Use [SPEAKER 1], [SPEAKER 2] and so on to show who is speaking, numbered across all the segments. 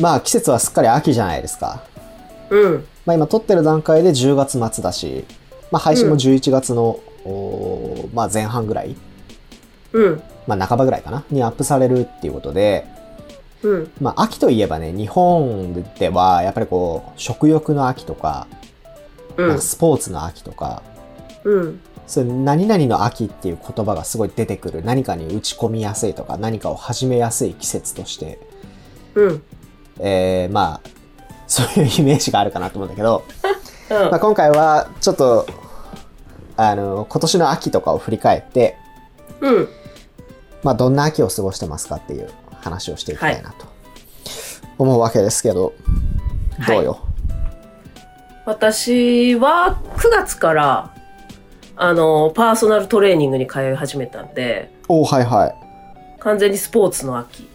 [SPEAKER 1] まあ季節はすっかり秋じゃないですか。
[SPEAKER 2] うん。
[SPEAKER 1] まあ今撮ってる段階で10月末だし、まあ配信も11月の、おーまあ前半ぐらい、
[SPEAKER 2] うん。
[SPEAKER 1] まあ半ばぐらいかな、にアップされるっていうことで、
[SPEAKER 2] うん。
[SPEAKER 1] まあ秋といえばね、日本ではやっぱりこう、食欲の秋とか、
[SPEAKER 2] う
[SPEAKER 1] なん
[SPEAKER 2] ん
[SPEAKER 1] か。スポーツの秋とか、
[SPEAKER 2] うん。
[SPEAKER 1] そういう何々の秋っていう言葉がすごい出てくる何かに打ち込みやすいとか何かを始めやすい季節として、
[SPEAKER 2] うん。
[SPEAKER 1] えー、まあそういうイメージがあるかなと思うんだけど、
[SPEAKER 2] うん
[SPEAKER 1] まあ、今回はちょっとあの今年の秋とかを振り返って、
[SPEAKER 2] うん。
[SPEAKER 1] まあ、どんな秋を過ごしてますかっていう話をしていきたいなと思うわけですけど、
[SPEAKER 2] はい
[SPEAKER 1] どうよ、
[SPEAKER 2] 私は9月から、あの、パーソナルトレーニングに通い始めたんで、
[SPEAKER 1] おおはいはい
[SPEAKER 2] 完全にスポーツの秋。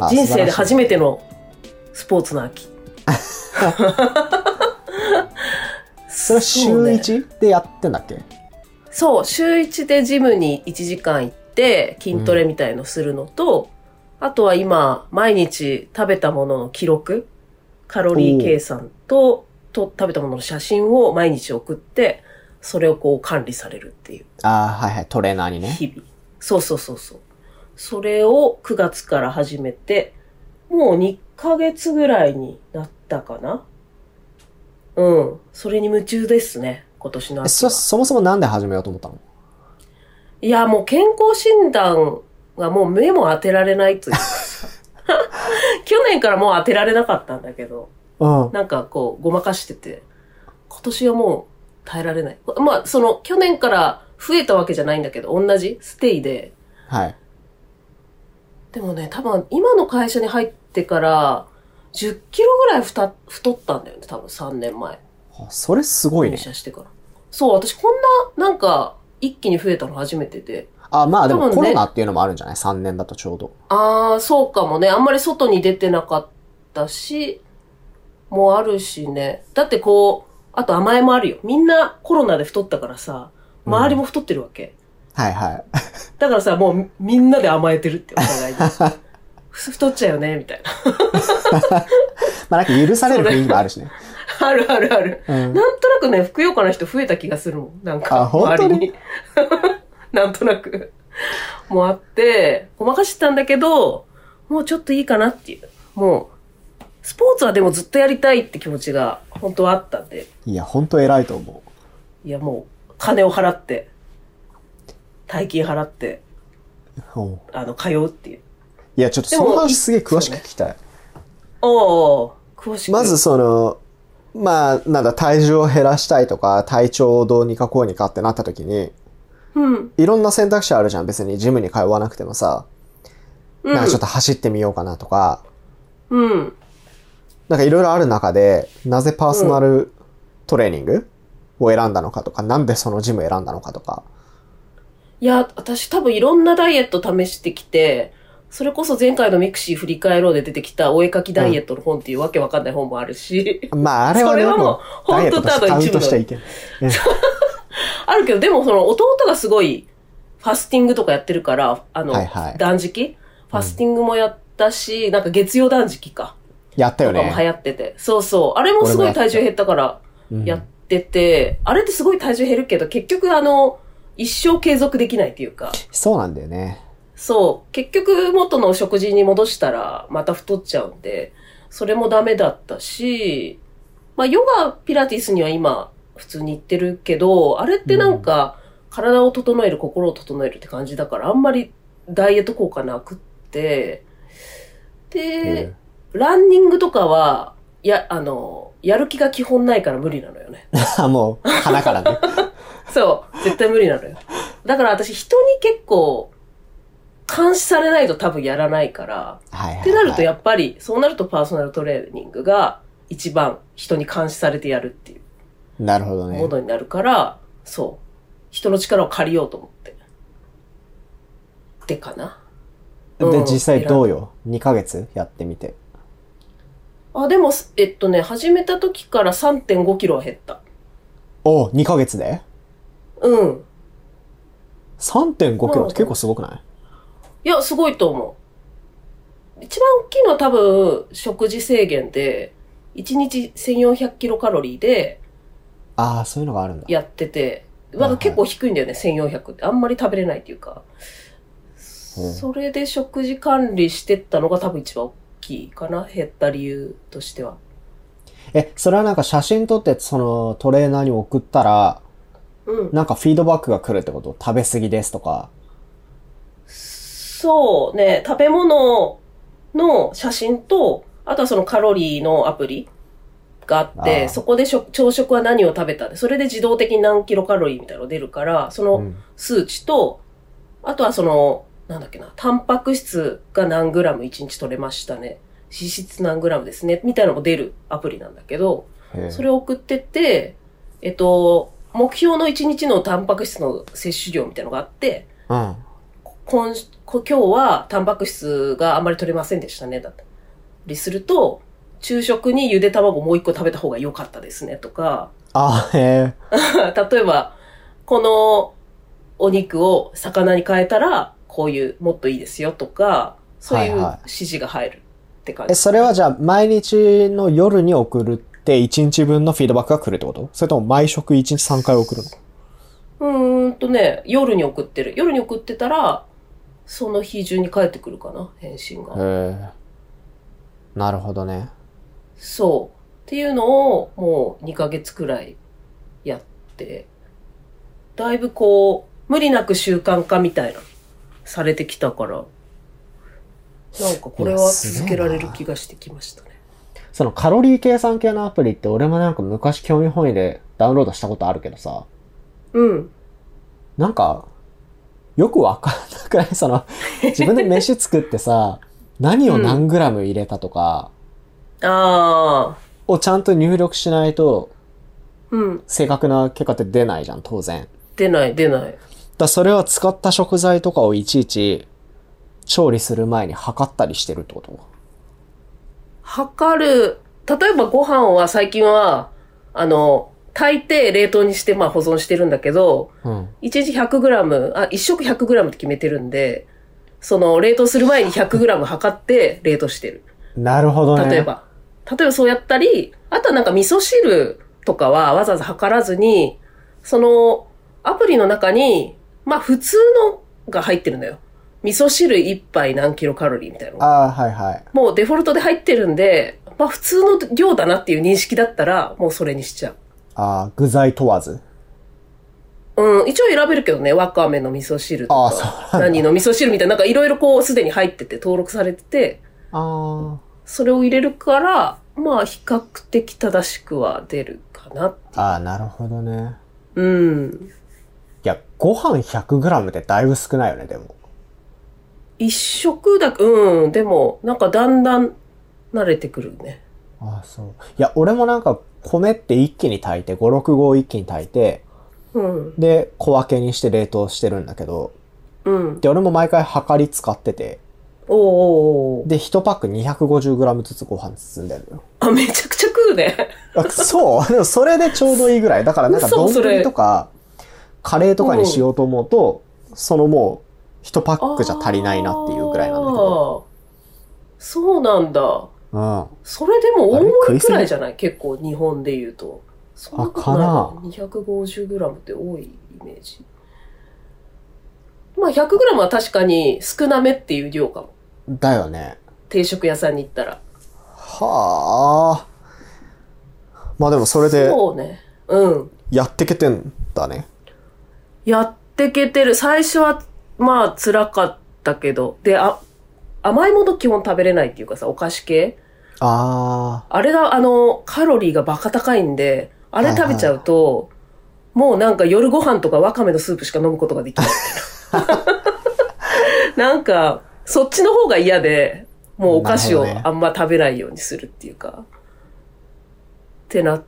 [SPEAKER 1] あ
[SPEAKER 2] 人生で初
[SPEAKER 1] め
[SPEAKER 2] めてのスポーツの 秋。
[SPEAKER 1] それは週一でやってんだっけ
[SPEAKER 2] そう、週1でジムに1時間行って筋トレみたいのするのと、あとは今、毎日食べたものの記録、カロリー計算と、と食べたものの写真を毎日送って、それをこう管理されるっていう
[SPEAKER 1] ああはいはいトレーナーにね
[SPEAKER 2] 日々。そうそうそうそう。それを9月から始めて、もう2ヶ月ぐらいになったかなうん。それに夢中ですね、今年の
[SPEAKER 1] え
[SPEAKER 2] 秋
[SPEAKER 1] そ
[SPEAKER 2] は。
[SPEAKER 1] そもそもなんで始めようと思ったの
[SPEAKER 2] いや、もう健康診断がもう目も当てられないというか去年からもう当てられなかったんだけど、
[SPEAKER 1] うん
[SPEAKER 2] なんかこう、ごまかしてて、今年はもう耐えられない。まあ、その、去年から増えたわけじゃないんだけど、同じステイで。
[SPEAKER 1] はい。
[SPEAKER 2] でもね、多分、今の会社に入ってから、10キロぐらいふた太ったんだよね、多分3年前。
[SPEAKER 1] あそれすごい
[SPEAKER 2] 入
[SPEAKER 1] ね。
[SPEAKER 2] 社してから。そう、私こんな、なんか、一気に増えたの初めてで。
[SPEAKER 1] あ、まあで
[SPEAKER 2] 多
[SPEAKER 1] も
[SPEAKER 2] 分ね
[SPEAKER 1] コロナっていうのもあるんじゃない ?3 年だとちょうど。
[SPEAKER 2] ああ、そうかもね。あんまり外に出てなかったし、もあるしね。だってこう、あと甘えもあるよ。みんなコロナで太ったからさ、周りも太ってるわけ。
[SPEAKER 1] はいはい。
[SPEAKER 2] だからさ、もうみみんなで甘えてるって、お互いに。 ふ太っちゃうよね、みたいな。
[SPEAKER 1] まあなんか許される雰囲気もあるしね。
[SPEAKER 2] あるあるある。
[SPEAKER 1] うん。
[SPEAKER 2] なんとなくね、ふくよかな人増えた気がするもん。なん
[SPEAKER 1] あ
[SPEAKER 2] か、
[SPEAKER 1] 本当
[SPEAKER 2] 周
[SPEAKER 1] に
[SPEAKER 2] りに。 なんとなく。もうあって、ごまかしてたんだけど、もうちょっといいかなっていう。もう、スポーツはでもずっとやりたいって気持ちが本当はあったんで、
[SPEAKER 1] いや、ほんと偉いと思う。
[SPEAKER 2] いやもう、金を払って、大金払って、
[SPEAKER 1] うん
[SPEAKER 2] あの、通うっていう。
[SPEAKER 1] いや、ちょっとその話すげえ詳しく聞きたい。
[SPEAKER 2] おー、詳しく。
[SPEAKER 1] まず、その、まあ、なんだ、体重を減らしたいとか、体調をどうにかこうにかってなった時に、
[SPEAKER 2] うん、
[SPEAKER 1] いろんな選択肢あるじゃん。別にジムに通わなくてもさ、
[SPEAKER 2] うん
[SPEAKER 1] なんかちょっと走ってみようかなとか、
[SPEAKER 2] うん、
[SPEAKER 1] なんかいろいろある中で、なぜパーソナルトレーニングを選んだのかとか、なんでそのジム選んだのかとか。
[SPEAKER 2] いや、私多分いろんなダイエット試してきて、それこそ前回のミクシー振り返ろうで出てきたお絵描きダイエットの本っていうわけわかんない本もあるし、
[SPEAKER 1] まあ、あれは
[SPEAKER 2] そ
[SPEAKER 1] ね、
[SPEAKER 2] れはもう
[SPEAKER 1] もう、ダイエットとしてカ
[SPEAKER 2] 本当ただ
[SPEAKER 1] ウン
[SPEAKER 2] 一部
[SPEAKER 1] ト
[SPEAKER 2] の
[SPEAKER 1] しちゃいけない。
[SPEAKER 2] あるけど、でもその弟がすごいファスティングとかやってるから、あの、
[SPEAKER 1] はいはい
[SPEAKER 2] 断食ファスティングもやったし、なんか月曜断食か。
[SPEAKER 1] やったよ
[SPEAKER 2] とかも流
[SPEAKER 1] ね。
[SPEAKER 2] 行ってて。そうそう。あれもすごい体重減ったから
[SPEAKER 1] うん
[SPEAKER 2] やってて、あれってすごい体重減るけど、結局あの、一生継続できないっていうか。
[SPEAKER 1] そうなんだよね。
[SPEAKER 2] そう。結局元の食事に戻したらまた太っちゃうんで、それもダメだったし、まあヨガ、ピラティスには今普通に行ってるけど、あれってなんか体を整える、心を整えるって感じだから、あんまりダイエット効果なくって、で、
[SPEAKER 1] うん
[SPEAKER 2] ランニングとかは、や、あの、やる気が基本ないから無理なのよね。
[SPEAKER 1] あもう、鼻から ね。
[SPEAKER 2] そう。絶対無理なのよ。だから私人に結構、監視されないと多分やらないから。
[SPEAKER 1] はいはいはい。
[SPEAKER 2] ってなると
[SPEAKER 1] や
[SPEAKER 2] やっぱり、そうなるとパーソナルトレーニングが一番人に監視されてやるっていう
[SPEAKER 1] なるほど
[SPEAKER 2] も
[SPEAKER 1] ね。
[SPEAKER 2] のになるから、そう。人の力を借りようと思って。ってかな。う
[SPEAKER 1] で、
[SPEAKER 2] ん
[SPEAKER 1] 実際どうよ ?2 ヶ月やってみて。
[SPEAKER 2] あ、でも、えっとね、始めた時から3.5キロは減った。
[SPEAKER 1] おう、2ヶ月で
[SPEAKER 2] うん。
[SPEAKER 1] 3.5キロって結構すごくない
[SPEAKER 2] いや、すごいと思う。一番大きいのは多分、食事制限で、1日1400キロカロリーで
[SPEAKER 1] ああ、そういうのがあるんだ。
[SPEAKER 2] やってて、まだ結構低いんだよね、1400って。あんまり食べれないっていうか。
[SPEAKER 1] うん
[SPEAKER 2] それで食事管理してったのが多分一番大きいかな、減った理由としては。
[SPEAKER 1] え、それはなんか写真撮って、そのトレーナーに送ったら、
[SPEAKER 2] うん。
[SPEAKER 1] なんかフィードバックが来るってこと食べ過ぎですとか。
[SPEAKER 2] そうね、食べ物の写真と、あとはそのカロリーのアプリがあっ
[SPEAKER 1] あ
[SPEAKER 2] て、
[SPEAKER 1] あ
[SPEAKER 2] そこで食朝食は何を食べたで、それで自動的に何キロカロリーみたいなのが出るから、そうの
[SPEAKER 1] ん。
[SPEAKER 2] 数値と、あとはその、なんだっけな、タンパク質が何グラム1日取れましたね。脂質何グラムですね。みたいなのも出るアプリなんだけど、
[SPEAKER 1] へえ
[SPEAKER 2] それを送ってって、えっと、目標の1日のタンパク質の摂取量みたいなのがあって、
[SPEAKER 1] うん。
[SPEAKER 2] 今こ今日はタンパク質があんまり取れませんでしたね、だったりすると、昼食にゆで卵もう一個食べた方が良かったですね、とか、
[SPEAKER 1] ああ、へえ。
[SPEAKER 2] 例えば、このお肉を魚に変えたら、こういう、もっといいですよ、とか、そういう
[SPEAKER 1] はいはい
[SPEAKER 2] 指示が入るって感じ。
[SPEAKER 1] え、それはじゃあ毎日の夜に送るって1日分のフィードバックが来るってことそれとも毎食1日3回送るの
[SPEAKER 2] うーんとね、夜に送ってる。夜に送ってたら、その日中に帰ってくるかな、返信が。
[SPEAKER 1] へえ。なるほどね。
[SPEAKER 2] そう。っていうのを、もう2ヶ月くらいやって、だいぶこう、無理なく習慣化みたいな、されてきたから、なんかこれ
[SPEAKER 1] いや
[SPEAKER 2] は
[SPEAKER 1] す
[SPEAKER 2] 続
[SPEAKER 1] げ
[SPEAKER 2] け
[SPEAKER 1] えな
[SPEAKER 2] られる気がしてきましたね。
[SPEAKER 1] そのカロリー計算系のアプリって俺もなんか昔興味本位でダウンロードしたことあるけどさ、
[SPEAKER 2] うん。
[SPEAKER 1] なんか、よくわかんなくない その、自分で飯作ってさ、何を何グラム入れたとか
[SPEAKER 2] ああ、
[SPEAKER 1] をちゃんと入力しないと
[SPEAKER 2] うん。
[SPEAKER 1] 正確な結果って出ないじゃん、当然。
[SPEAKER 2] 出ない、出ない。
[SPEAKER 1] だからそれは使った食材とかをいちいち調理する前に測ったりしてるってこと
[SPEAKER 2] 測る、例えばご飯は最近は、あの、炊いて冷凍にしてまあ保存してるんだけど、
[SPEAKER 1] うん。
[SPEAKER 2] 1日 100g、あ、1食 100g って決めてるんで、その冷凍する前に 100g 測って冷凍してる。
[SPEAKER 1] なるほどね。
[SPEAKER 2] 例え。ば。例えばそうやったり、あとはなんか味噌汁とかはわざわざ測らずに、そのアプリの中に、まあ普通のが入ってるんだよ。味噌汁1杯何キロカロリーみたいなのが
[SPEAKER 1] ああ、はいはい。
[SPEAKER 2] もうデフォルトで入ってるんで、まあ普通の量だなっていう認識だったら、もうそれにしちゃう。
[SPEAKER 1] ああ、具材問わず。
[SPEAKER 2] うん、一応選べるけどね、わかめの味噌汁と
[SPEAKER 1] あそう
[SPEAKER 2] か、何の味噌汁みたいな、なんかいろいろこうすでに入ってて登録されてて、
[SPEAKER 1] あ
[SPEAKER 2] それを入れるから、まあ比較的正しくは出るかな。
[SPEAKER 1] あ。ああ、なるほどね。
[SPEAKER 2] うん。
[SPEAKER 1] いや、ご飯 100g ってだいぶ少ないよね、でも。
[SPEAKER 2] 一食だけ、うん、でも、なんかだんだん慣れてくるね。
[SPEAKER 1] ああ、そう。いや、俺もなんか米って一気に炊いて、5、6合一気に炊いて、
[SPEAKER 2] うん、
[SPEAKER 1] で、小分けにして冷凍してるんだけど、
[SPEAKER 2] うん。
[SPEAKER 1] で、俺も毎回量り使ってて、
[SPEAKER 2] おうおうおう
[SPEAKER 1] で、1パック 250g ずつご飯包んでるのよ。
[SPEAKER 2] あ、めちゃくちゃ食うね。
[SPEAKER 1] あそう。でもそれでちょうどいいぐらい。だからなんか
[SPEAKER 2] 嘘それ
[SPEAKER 1] 丼とか、カレーとかにしようと思うと、そのもう、1パックじゃ足りないなっていうぐらいなんだけど。
[SPEAKER 2] あーそうなんだ。
[SPEAKER 1] うん。あ
[SPEAKER 2] それでも大
[SPEAKER 1] あ
[SPEAKER 2] 盛
[SPEAKER 1] れ
[SPEAKER 2] りくらいじゃない結構日本で言うと。そんなことな
[SPEAKER 1] あ
[SPEAKER 2] い
[SPEAKER 1] かな
[SPEAKER 2] な 250g って多いイメージ。まあ 100g は確かに少なめっていう量かも。
[SPEAKER 1] だよね。
[SPEAKER 2] 定食屋さんに行ったら。
[SPEAKER 1] はあ。まあでもそれで
[SPEAKER 2] そうね。うん。
[SPEAKER 1] やってけてんだね。
[SPEAKER 2] やってけてる。最初はまあ辛かったけど。で、あ、甘いもの基本食べれないっていうかさ、お菓子系。
[SPEAKER 1] あ
[SPEAKER 2] あれが、あの、カロリーがバカ高いんで、あれ食べちゃうと、もうなんか夜ご飯とかわかめのスープしか飲むことができ ない。なんか、そっちの方が嫌で、もうお菓子を
[SPEAKER 1] なるほどね
[SPEAKER 2] あんま食べないようにするっていうか、ってなっ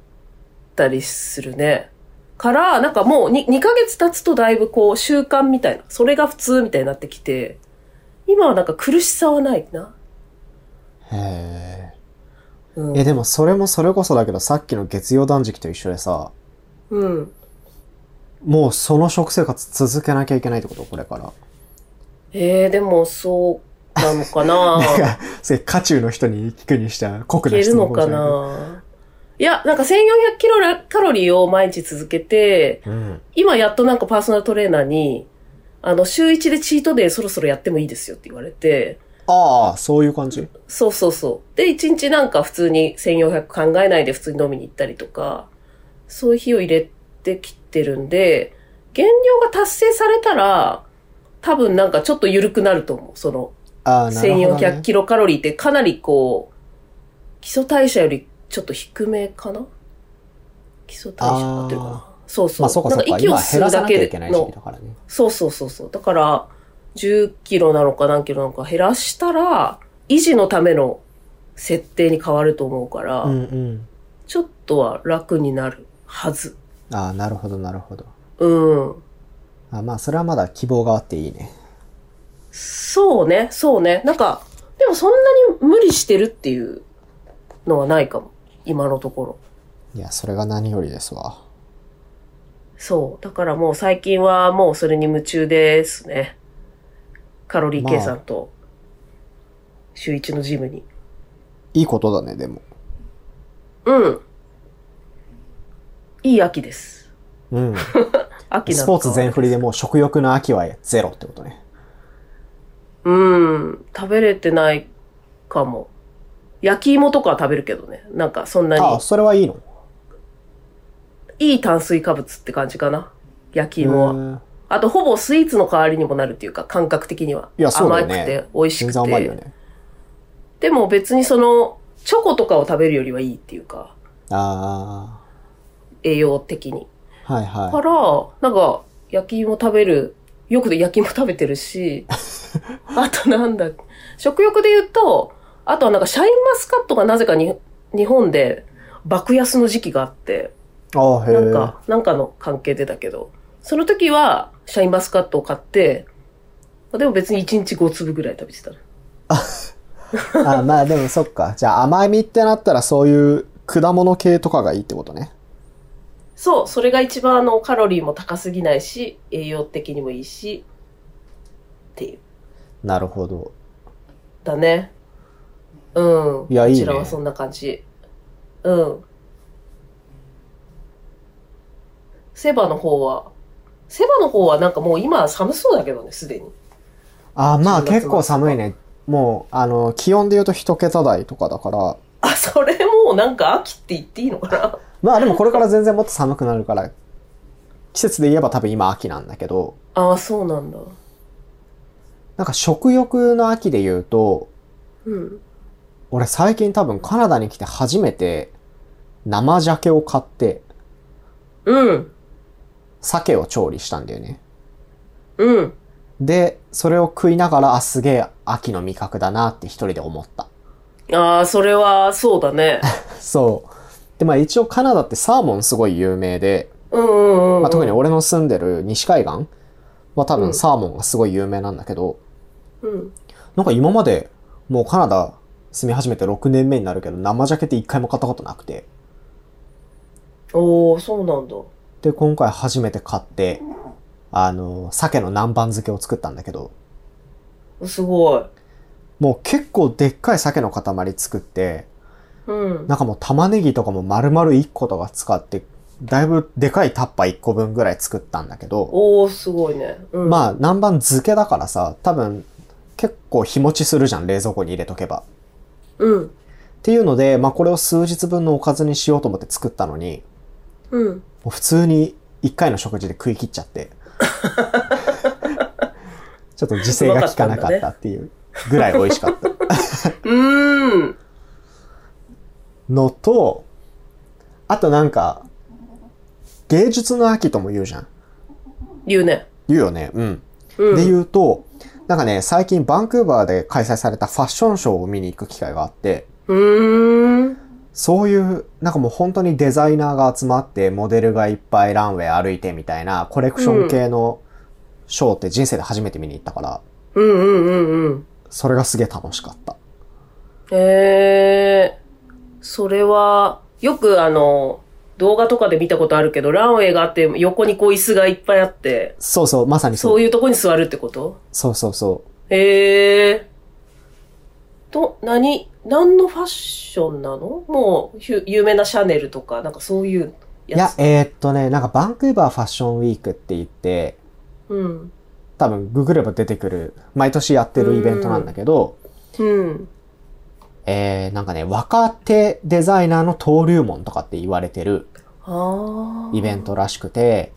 [SPEAKER 2] たりするね。から、なんかもう 2, 2ヶ月経つとだいぶこう習慣みたいな、それが普通みたいになってきて、今はなんか苦しさはないな。
[SPEAKER 1] あ。へえ。
[SPEAKER 2] うん
[SPEAKER 1] え、でもそれもそれこそだけど、さっきの月曜断食と一緒でさ、
[SPEAKER 2] うん。
[SPEAKER 1] もう その食生活続けなきゃいけないってことこれから。
[SPEAKER 2] えー、でもそうなのか
[SPEAKER 1] な
[SPEAKER 2] な
[SPEAKER 1] んか、すげえ、渦中の人に聞くにしては酷
[SPEAKER 2] い
[SPEAKER 1] な
[SPEAKER 2] け
[SPEAKER 1] 質
[SPEAKER 2] るの
[SPEAKER 1] 問
[SPEAKER 2] かないや、なんか1400キロカロリーを毎日続けて、
[SPEAKER 1] うん。
[SPEAKER 2] 今やっとなんかパーソナルトレーナーに、あの、週1でチートデイそろそろやってもいいですよって言われて、
[SPEAKER 1] ああ、そういう感じ
[SPEAKER 2] そうそうそう。で、1日なんか普通に1400考えないで普通に飲みに行ったりとか、そういう日を入れてきてるんで、減量が達成されたら、多分なんかちょっと緩くなると思う。その、
[SPEAKER 1] ああ、なるほど、ね
[SPEAKER 2] 1400。キロカロリーってかなりこう、基礎代謝よりちょっと低めかな基礎代謝合ってるか
[SPEAKER 1] あー
[SPEAKER 2] なそうそう。
[SPEAKER 1] まあそうかそうか。
[SPEAKER 2] なん
[SPEAKER 1] 今
[SPEAKER 2] か息
[SPEAKER 1] 減
[SPEAKER 2] を吸う
[SPEAKER 1] らさ
[SPEAKER 2] だ
[SPEAKER 1] なきゃ
[SPEAKER 2] け
[SPEAKER 1] いけない時期
[SPEAKER 2] の、
[SPEAKER 1] だからね。
[SPEAKER 2] そうそうそうそう。だから、10キロなのか何キロなのか減らしたら、維持のための設定に変わると思うから、
[SPEAKER 1] うんうん。
[SPEAKER 2] ちょっとは楽になるはず。
[SPEAKER 1] ああ、なるほど、なるほど。
[SPEAKER 2] うん。
[SPEAKER 1] あまあ、それはまだ希望があっていいね。
[SPEAKER 2] そうね、そうね。なんか、でもそんなに無理してるっていうのはないかも。今のところ。
[SPEAKER 1] いや、それが何よりですわ。
[SPEAKER 2] そう。だからもう最近はもうそれに夢中ですね。カロリー計算と、週一のジムに。
[SPEAKER 1] いいことだね、でも。
[SPEAKER 2] うん。いい秋です。
[SPEAKER 1] うん。
[SPEAKER 2] 秋 な
[SPEAKER 1] ス
[SPEAKER 2] のか
[SPEAKER 1] ポーツ全振りでもう食欲の秋はゼロってことね。
[SPEAKER 2] うん。食べれてないかも。焼き芋とかは食べるけどね。なんかそんな
[SPEAKER 1] ああ、
[SPEAKER 2] に、
[SPEAKER 1] それはいいの
[SPEAKER 2] いい炭水化物って感じかな。焼き芋は。
[SPEAKER 1] は。
[SPEAKER 2] あとほぼスイーツの代わりにもなるっていうか、感覚的には。
[SPEAKER 1] いやそうだ
[SPEAKER 2] 甘
[SPEAKER 1] よ
[SPEAKER 2] く
[SPEAKER 1] ね
[SPEAKER 2] て美味し
[SPEAKER 1] 全
[SPEAKER 2] くて。
[SPEAKER 1] 然甘いよね。
[SPEAKER 2] でも別にその、チョコとかを食べるよりはいいっていうか、
[SPEAKER 1] あ
[SPEAKER 2] 栄養的に。
[SPEAKER 1] あ、はい
[SPEAKER 2] だか
[SPEAKER 1] は
[SPEAKER 2] ら、なんか、焼き芋食べる、よくで焼き芋食べてるし、あとなんだ、食欲で言うと、あとはなんかシャインマスカットがなぜかに日本で爆安の時期があって、
[SPEAKER 1] い。ああ、へえ。
[SPEAKER 2] なんか、なんかの関係でだけど、その時はシャインマスカットを買って、でも別に1日5粒ぐらい食べてたの。
[SPEAKER 1] あまあでもそっか。じゃあ甘みってなったらそういう果物系とかがいいってことね。
[SPEAKER 2] そう、それが一番あのカロリーも高すぎないし、栄養的にもいいし、っていう。
[SPEAKER 1] なるほど。
[SPEAKER 2] だね。うん。
[SPEAKER 1] いやいいね
[SPEAKER 2] こちらはそんな感じ。うん。セバの方は、セバの方はなんかもう今寒そうだけどね、すでに。
[SPEAKER 1] あまあ
[SPEAKER 2] 10月
[SPEAKER 1] 結構寒いね。もう、あの、気温で言うと一桁台とかだから、
[SPEAKER 2] あ、それもうなんか秋って言っていいのかな
[SPEAKER 1] まあでもこれから全然もっと寒くなるから、季節で言えば多分今秋なんだけど、
[SPEAKER 2] ああ、そうなんだ。
[SPEAKER 1] なんか食欲の秋で言うと、
[SPEAKER 2] うん。
[SPEAKER 1] 俺最近多分カナダに来て初めて生鮭を買って、
[SPEAKER 2] うん。
[SPEAKER 1] 鮭を調理したんだよね。
[SPEAKER 2] うん。
[SPEAKER 1] で、それを食いながら、あ、すげえ秋の味覚だなって一人で思った。
[SPEAKER 2] ああ、それはそうだね。
[SPEAKER 1] そう。で、まあ一応カナダってサーモンすごい有名で、
[SPEAKER 2] うんうんうんうん。
[SPEAKER 1] まあ、特に俺の住んでる西海岸は多
[SPEAKER 2] うん
[SPEAKER 1] 分サーモンがすごい有名なんだけど、
[SPEAKER 2] うん。
[SPEAKER 1] なんか今までもうカナダ住み始めて6年目になるけど、生鮭って一回も買ったことなくて、
[SPEAKER 2] おおそうなんだ。
[SPEAKER 1] で、今回初めて買って、あの、鮭の南蛮漬けを作ったんだけど、
[SPEAKER 2] すごい。
[SPEAKER 1] もう結構でっかい鮭の塊作って、
[SPEAKER 2] うん。
[SPEAKER 1] なんかもう玉ねぎとかも丸々1個とか使って、だいぶでかいタッパー1個分ぐらい作ったんだけど、
[SPEAKER 2] おおすごいね。うん。
[SPEAKER 1] まあ南蛮漬けだからさ、多分結構日持ちするじゃん、冷蔵庫に入れとけば。
[SPEAKER 2] うん。
[SPEAKER 1] っていうので、まあこれを数日分のおかずにしようと思って作ったのに、
[SPEAKER 2] うん。
[SPEAKER 1] もう普通に1回の食事で食い切っちゃ って。ちょっと自制が効かなかったっていうぐらい美味しかった
[SPEAKER 2] うーん。
[SPEAKER 1] のと、あとなんか、芸術の秋とも言うじゃん。
[SPEAKER 2] 言うね。
[SPEAKER 1] 言うよね。うん。
[SPEAKER 2] うん。
[SPEAKER 1] で言うと、なんかね、最近バンクーバーで開催されたファッションショーを見に行く機会があって、
[SPEAKER 2] うーん。
[SPEAKER 1] そういう、なんかもう本当にデザイナーが集まって、モデルがいっぱいランウェイ歩いてみたいな、コレクション系のショーって人生で初めて見に行ったから、
[SPEAKER 2] うんうんうんうん。
[SPEAKER 1] それがすげえ楽しかった。
[SPEAKER 2] ええそれは、よくあの、動画とかで見たことあるけど、ランウェイがあって、横にこう椅子がいっぱいあって、
[SPEAKER 1] そうそう、まさにそ
[SPEAKER 2] そう
[SPEAKER 1] う。
[SPEAKER 2] いうとこに座るってこと
[SPEAKER 1] そうそうそう。
[SPEAKER 2] ええと、何、何のファッションなのもう、ひゅ有名なシャネルとか、なんかそういう
[SPEAKER 1] い
[SPEAKER 2] や
[SPEAKER 1] や
[SPEAKER 2] つ。、
[SPEAKER 1] えーっとね、なんかバンクーバーファッションウィークって言って、
[SPEAKER 2] うん。
[SPEAKER 1] 多分ググれば出てくる、毎年やってるイベントなんだけど、
[SPEAKER 2] うん。
[SPEAKER 1] えー、なんかね、若手デザイナーの登竜門とかって言われてる
[SPEAKER 2] ああ。
[SPEAKER 1] イベン。トらしくて、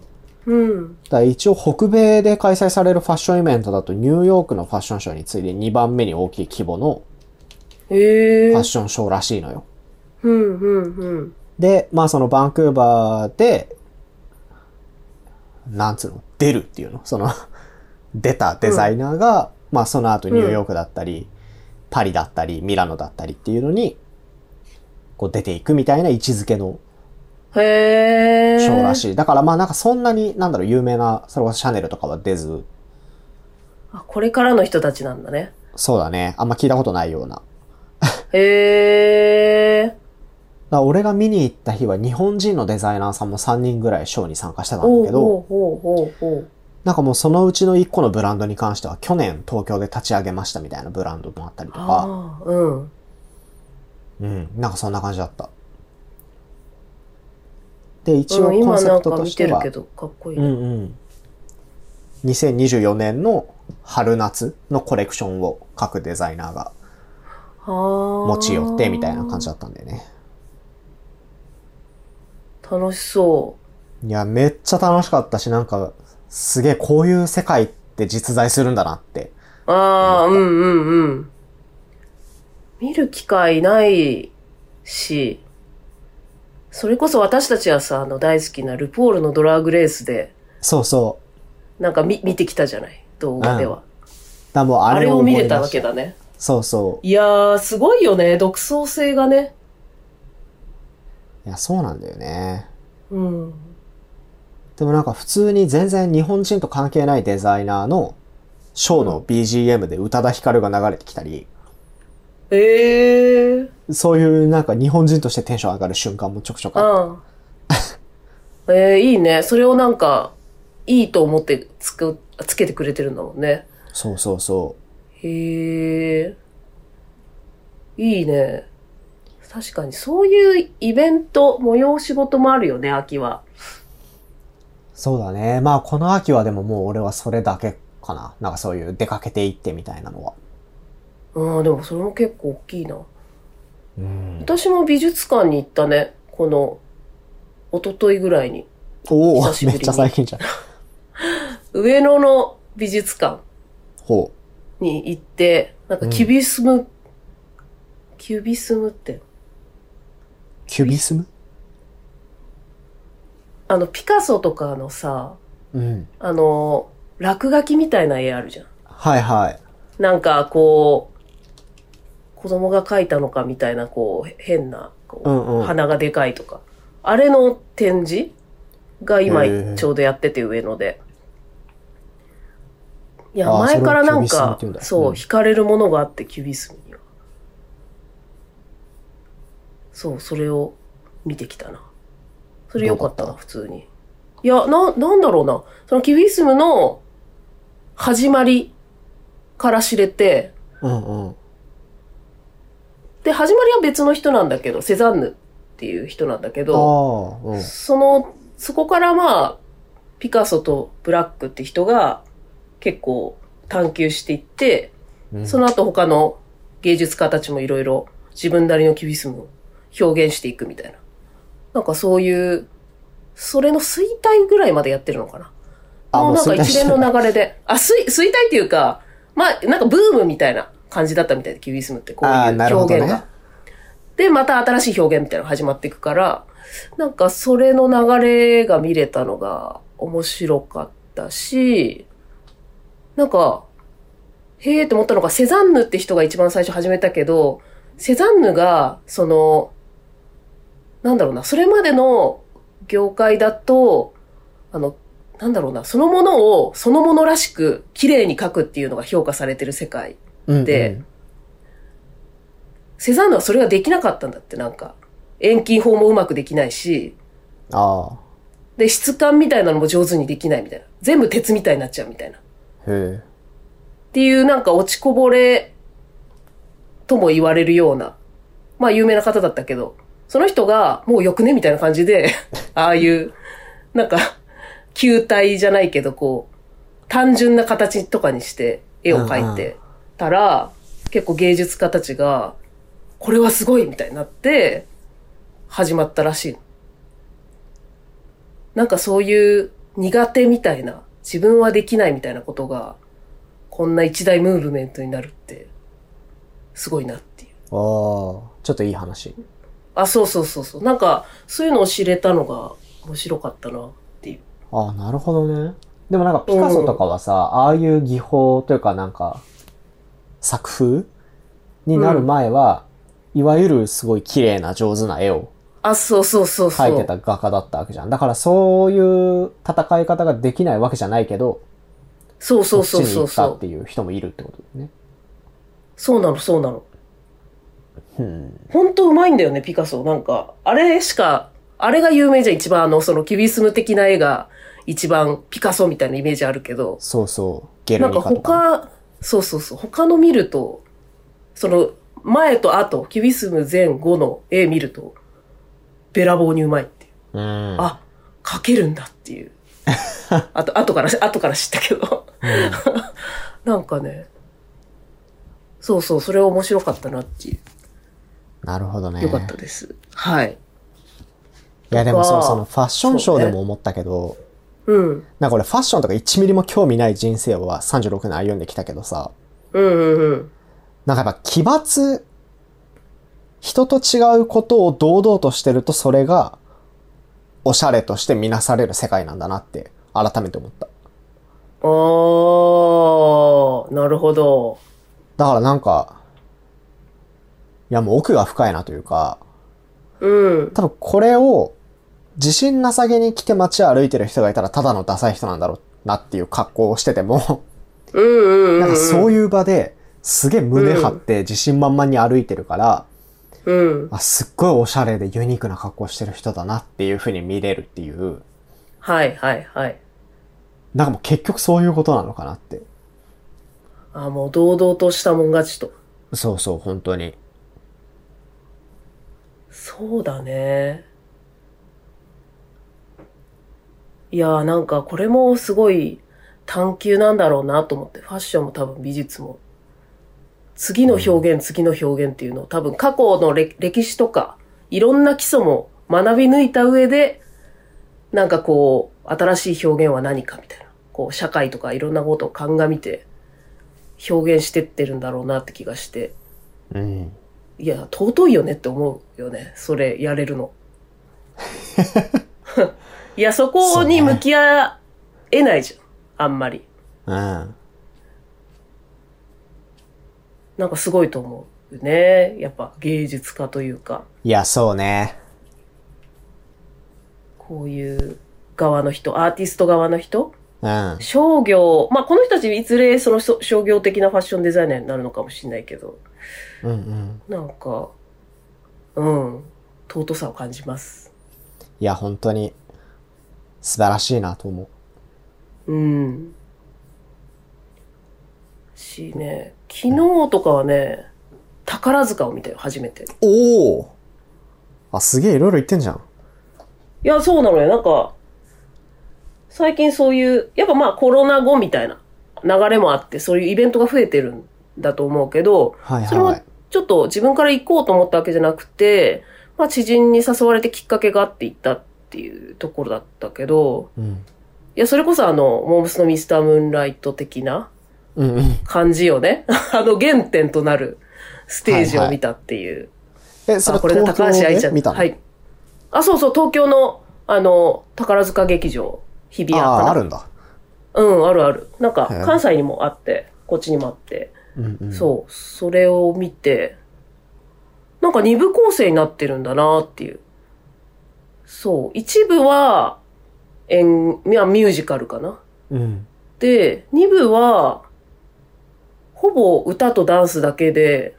[SPEAKER 2] うん。
[SPEAKER 1] だから一応北米で開催されるファッションイベントだとニューヨークのファッションショーに次いで2番目に大きい規模の
[SPEAKER 2] へえ
[SPEAKER 1] ファッ。ションショーらしいのよ。
[SPEAKER 2] うん、うん、うん。
[SPEAKER 1] で、まあそのバンクーバーで、なんつうの、出るっていうのその、 出たデザイナーが、まあその後ニューヨークだったり、パリだったり、ミラノだったりっていうのに、こう出ていくみたいな位置づけの
[SPEAKER 2] へえ。
[SPEAKER 1] ショーらしい。だからまあなんかそんなに、なんだろう、有名な、それこそシャネルとかは出ず、
[SPEAKER 2] あ、これからの人たちなんだね。
[SPEAKER 1] そうだね、あんま聞いたことないような。だか
[SPEAKER 2] へえ。
[SPEAKER 1] ら俺が見に行った日は日本人のデザイナーさんも3人ぐらいショーに参加してたん
[SPEAKER 2] お
[SPEAKER 1] だ
[SPEAKER 2] う
[SPEAKER 1] けど、
[SPEAKER 2] おうおうおうおう。
[SPEAKER 1] なんかもうそのうちの1個のブランドに関しては去年東京で立ち上げましたみたいなブランドもあったりとか、
[SPEAKER 2] ああ、うん。
[SPEAKER 1] うん、なんかそんな感じだった。で、一応
[SPEAKER 2] うん
[SPEAKER 1] コン
[SPEAKER 2] 今
[SPEAKER 1] セ
[SPEAKER 2] なん
[SPEAKER 1] プ
[SPEAKER 2] か
[SPEAKER 1] トと
[SPEAKER 2] 見
[SPEAKER 1] してて
[SPEAKER 2] る
[SPEAKER 1] は
[SPEAKER 2] け、ど、かっこいい。
[SPEAKER 1] うんうん。2024年の春夏のコレクションを各デザイナーが持
[SPEAKER 2] 持
[SPEAKER 1] ち寄ってみたいな感じだったんだよね。
[SPEAKER 2] 楽しそ
[SPEAKER 1] いや、めっちゃ楽しかったし、なんかすげえこういう世界って実在するんだなって。
[SPEAKER 2] う。ああ、うんうんうん。見る機会ないし、それこそ私たちはさ、あの大好きなルポールのドラッグレースで、
[SPEAKER 1] そうそう。
[SPEAKER 2] なんか見見てきたじゃない動画では。
[SPEAKER 1] だからもう
[SPEAKER 2] あ
[SPEAKER 1] あ
[SPEAKER 2] れ
[SPEAKER 1] れを
[SPEAKER 2] を
[SPEAKER 1] 思い
[SPEAKER 2] 見
[SPEAKER 1] 出
[SPEAKER 2] れ
[SPEAKER 1] した
[SPEAKER 2] たわけだね。
[SPEAKER 1] そうそう。
[SPEAKER 2] いやー、すごいよね。独創性がね。
[SPEAKER 1] いや、そうなんだよね。
[SPEAKER 2] うん。
[SPEAKER 1] でもなんか普通に全然日本人と関係ないデザイナーのショーの BGM で宇多田ヒカルが流れてきたり、
[SPEAKER 2] ええー。
[SPEAKER 1] そういうなんか日本人としてテンション上がる瞬間もちょくちょくあっ
[SPEAKER 2] うん。えー、いいね。それをなんか、いいと思ってつく、つけてくれてるんだもんね。
[SPEAKER 1] た。そうそうそ
[SPEAKER 2] へえ。いいね。確かに、そういうイベント、催し事もあるよね、秋は。
[SPEAKER 1] う。そうだね。まあこの秋はでももう俺はそれだけかな。なんかそういう出かけていってみたいなのは。
[SPEAKER 2] うん、でもそれも結構大きいな。
[SPEAKER 1] うん。
[SPEAKER 2] 私も美術館に行ったね。この、一昨日ぐらいに。
[SPEAKER 1] おお
[SPEAKER 2] 久しぶ
[SPEAKER 1] め
[SPEAKER 2] りに
[SPEAKER 1] っちゃ最近じゃん。
[SPEAKER 2] 上野の美術館
[SPEAKER 1] ほ
[SPEAKER 2] に行って、なんかキュビスム、キュビスムって、
[SPEAKER 1] う。キュビスム
[SPEAKER 2] あの、ピカソとかのさ、
[SPEAKER 1] うん。
[SPEAKER 2] あの、落書きみたいな絵あるじゃん。
[SPEAKER 1] はいはい。
[SPEAKER 2] なんかこう、子供が描いたのかみたいな、こう、へ変な、こう
[SPEAKER 1] うんうん
[SPEAKER 2] 鼻がでかいとか。あれの展示が今
[SPEAKER 1] へー
[SPEAKER 2] ちょうどやってて上野で。いや、
[SPEAKER 1] あー
[SPEAKER 2] 前からな
[SPEAKER 1] それをキュ
[SPEAKER 2] ん
[SPEAKER 1] ビスムっ
[SPEAKER 2] か
[SPEAKER 1] て言うん、だ
[SPEAKER 2] そう
[SPEAKER 1] ん
[SPEAKER 2] う、惹かれるものがあって、キュビスムには。そう、それを見てきたな。それ良かったな、
[SPEAKER 1] どう
[SPEAKER 2] 普通に。いや、な、なんだろうな。そのキュビスムの始まりから知れて、
[SPEAKER 1] うんうん。
[SPEAKER 2] で、始まりは別の人なんだけど、セザンヌっていう人なんだけ
[SPEAKER 1] あ
[SPEAKER 2] ど、
[SPEAKER 1] あ、うん。
[SPEAKER 2] その、そこからまあ、ピカソとブラックって人が結構探求していって、
[SPEAKER 1] うん
[SPEAKER 2] その後他の芸術家たちもいろいろ自分なりのキュビスムを表現していくみたいな。なんかそういう、それの衰退ぐらいまでやってるのかな。
[SPEAKER 1] あ
[SPEAKER 2] もうなんか
[SPEAKER 1] 衰退し
[SPEAKER 2] 一
[SPEAKER 1] て
[SPEAKER 2] 連
[SPEAKER 1] る
[SPEAKER 2] の流れで。あ、衰、衰退っていうか、まあ、なんかブームみたいな感じだったみたいで、キュビスムってこう
[SPEAKER 1] あ
[SPEAKER 2] い
[SPEAKER 1] ーな
[SPEAKER 2] う
[SPEAKER 1] るほど
[SPEAKER 2] 表
[SPEAKER 1] ね
[SPEAKER 2] 現が。で、また新しい表現みたいなのが始まっていくから、なんかそれの流れが見れたのが面白かったし、なんか、へーって思ったのが、セザンヌって人が一番最初始めたけど、セザンヌが、その、なんだろうな、それまでの業界だと、あの、なんだろうな、そのものをそのものらしく綺麗に描くっていうのが評価されてる世界。
[SPEAKER 1] うん
[SPEAKER 2] でセザンヌはそれができなかったんだって、なんか。遠近法もうまくできないし、
[SPEAKER 1] うんあ
[SPEAKER 2] で、質感みたいなのも上手にできないみたいな。全部鉄みたいになっちゃうみたいな。っ
[SPEAKER 1] あ、へえ。
[SPEAKER 2] ていうなんか落ちこぼれとも言われるような、まあ有名な方だったけど、その人がもうよくねみたいな感じで、 ああいう、なんか、球体じゃないけど、こう、単純な形とかにして絵を描いてたら、結構芸術家たちが、これはすごいみたいになって、始まったらしい。なんかそういう苦手みたいな、自分はできないみたいなことが、こんな一大ムーブメントになるって、すごいなっていう。
[SPEAKER 1] ああ、ちょっといい話。
[SPEAKER 2] あ、そうそうそうそう。なんか、そういうのを知れたのが面白かったなっていう。
[SPEAKER 1] ああ、なるほどね。でもなんかピカソとかはさ、ああいう技法というかなんか、作風になる前は、いわゆるすごい綺麗な上手な絵を
[SPEAKER 2] あ、そうそうそうそう。
[SPEAKER 1] 描いてた画家だったわけじゃん。だからそういう戦い方ができないわけじゃないけど、
[SPEAKER 2] そうそ
[SPEAKER 1] そうっち
[SPEAKER 2] そう
[SPEAKER 1] に
[SPEAKER 2] そ
[SPEAKER 1] 行った
[SPEAKER 2] う
[SPEAKER 1] っ
[SPEAKER 2] そ
[SPEAKER 1] て
[SPEAKER 2] う。
[SPEAKER 1] いう人もいるってことだよね。
[SPEAKER 2] そうなの、そうなの。
[SPEAKER 1] うん。
[SPEAKER 2] ほんとうまいんだよね、ピカソ。なんか、あれしか、あれが有名じゃん、一番あの、そのキュビスム的な絵が一番ピカソみたいなイメージあるけど、
[SPEAKER 1] そうそう。ゲル
[SPEAKER 2] なん
[SPEAKER 1] ニ
[SPEAKER 2] か
[SPEAKER 1] カとかね。
[SPEAKER 2] 他、そうそうそう、他の見ると、その、前と後、キュビスム前後の絵見ると、べらぼうにうまいっていう。
[SPEAKER 1] うん。
[SPEAKER 2] あ、描けるんだっ ていう。あと、後から、後から知ったけど。
[SPEAKER 1] うん
[SPEAKER 2] なんかね、そうそう、それ面白かったなっていう。
[SPEAKER 1] なるほどね。
[SPEAKER 2] よかったです。はい。
[SPEAKER 1] いやでもそう、
[SPEAKER 2] とか
[SPEAKER 1] そのファッションショーでも思ったけど、
[SPEAKER 2] うん。
[SPEAKER 1] なんか俺ファッションとか1ミリも興味ない人生は36年歩んできたけどさ、
[SPEAKER 2] うんうんうん。
[SPEAKER 1] なんかやっぱ奇抜、人と違うことを堂々としてるとそれが、おしゃれとして見なされる世界なんだなって、改めて思った。
[SPEAKER 2] ああ、なるほど。
[SPEAKER 1] だからなんか、いやもう奥が深いなというか、
[SPEAKER 2] うん。
[SPEAKER 1] 多分これを自信なさげに来て街歩いてる人がいたらただのダサい人なんだろうなっていう格好をしてても、
[SPEAKER 2] うんうんうん。
[SPEAKER 1] なんかそう
[SPEAKER 2] い
[SPEAKER 1] いう場ですげえ胸張って自信満々に歩いてるから、
[SPEAKER 2] う。うん。
[SPEAKER 1] あ、すっごいおしゃれでユニークな格好してる人だなっていう風に見れるっていう、
[SPEAKER 2] はいはいはい。
[SPEAKER 1] なんかもう結局そういうことなのかなって。
[SPEAKER 2] あもう堂々としたもん勝ちと。
[SPEAKER 1] そうそう、本当に。
[SPEAKER 2] そうだね。いやーなんかこれもすごい探求なんだろうなと思って、ファッションも多分美術も。次の表現、次の表現っていうのを多分過去の歴歴史とか、いろんな基礎も学び抜いた上で、なんかこう、新しい表現は何かみたいな。こう、社会とかいろんなことを鑑みて、表現してってるんだろうなって気がして。
[SPEAKER 1] うん。
[SPEAKER 2] いや、尊いよねって思うよね。それ、やれるの。いや、そこに向き合えないじゃん。あんまり。
[SPEAKER 1] うん。
[SPEAKER 2] なんかすごいと思うよね。やっぱ芸術家というか、
[SPEAKER 1] いや、そうね。
[SPEAKER 2] こういう側の人、アーティスト側の人
[SPEAKER 1] うん。
[SPEAKER 2] 商業、まあ、この人たちいずれそのそ商業的なファッションデザイナーになるのかもしれないけど、
[SPEAKER 1] うんうん。
[SPEAKER 2] なんか、うん、尊さを感じます。
[SPEAKER 1] いや、本当に素晴らしいなと思う。
[SPEAKER 2] うん。しね、昨日とかはね、宝塚を見たよ、初めて。
[SPEAKER 1] おおあ、すげえいろいろ言ってんじゃん。
[SPEAKER 2] いや、そうなのよ。なんか、最近そういう、やっぱまあコロナ後みたいな流れもあって、そういうイベントが増えてるんだと思うけど、
[SPEAKER 1] はい
[SPEAKER 2] それ
[SPEAKER 1] は。
[SPEAKER 2] はいちょっと自分から行こうと思ったわけじゃなくて、まあ知人に誘われてきっかけがあって行ったっていうところだったけど、
[SPEAKER 1] うん。
[SPEAKER 2] いや、それこそあの、モームスのミスタームーンライト的な、
[SPEAKER 1] うんうん。
[SPEAKER 2] 感じよね。 あの原点となるステージを見たっていう。
[SPEAKER 1] え、それ
[SPEAKER 2] あこれで
[SPEAKER 1] 東京
[SPEAKER 2] 高橋愛ちゃ
[SPEAKER 1] で
[SPEAKER 2] ん。
[SPEAKER 1] 見たの、
[SPEAKER 2] はい。あ、そうそう、東京の、あの、宝塚劇場、日比
[SPEAKER 1] あ
[SPEAKER 2] 谷か
[SPEAKER 1] あ、
[SPEAKER 2] な。
[SPEAKER 1] あるんだ。
[SPEAKER 2] うん、あるある。なんか
[SPEAKER 1] へえ、
[SPEAKER 2] 関西にもあって、こっちにもあって。
[SPEAKER 1] うんうん。
[SPEAKER 2] そう、それを見て、なんか二部構成になってるんだなっていう。そう、一部は、演、いやミュージカルかな。
[SPEAKER 1] うん。
[SPEAKER 2] で、2部は、ほぼ歌とダンスだけで、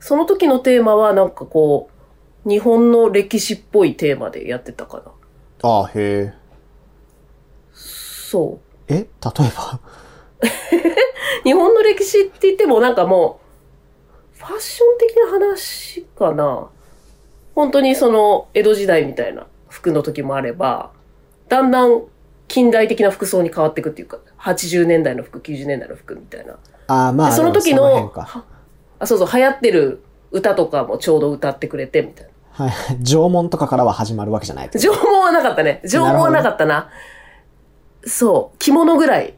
[SPEAKER 2] その時のテーマはなんかこう、日本の歴史っぽいテーマでやってたかな。
[SPEAKER 1] ああ、へ
[SPEAKER 2] そ
[SPEAKER 1] え。え例えば
[SPEAKER 2] う。日本の歴史って言ってもなんかもう、ファッション的な話かな。本当にその、江戸時代みたいな服の時もあれば、だんだん近代的な服装に変わっていくっていうか、80年代の服、90年代の服みたいな。
[SPEAKER 1] ああ、まあ、
[SPEAKER 2] でその時
[SPEAKER 1] でもそ
[SPEAKER 2] の
[SPEAKER 1] 辺か
[SPEAKER 2] はあ、そうそう、流行ってる歌とかもちょうど歌ってくれてみたい
[SPEAKER 1] はい。 縄文とかからは始まるわけじゃない
[SPEAKER 2] な。。情報はなかったね。情報はなかったな。そう、着物ぐらい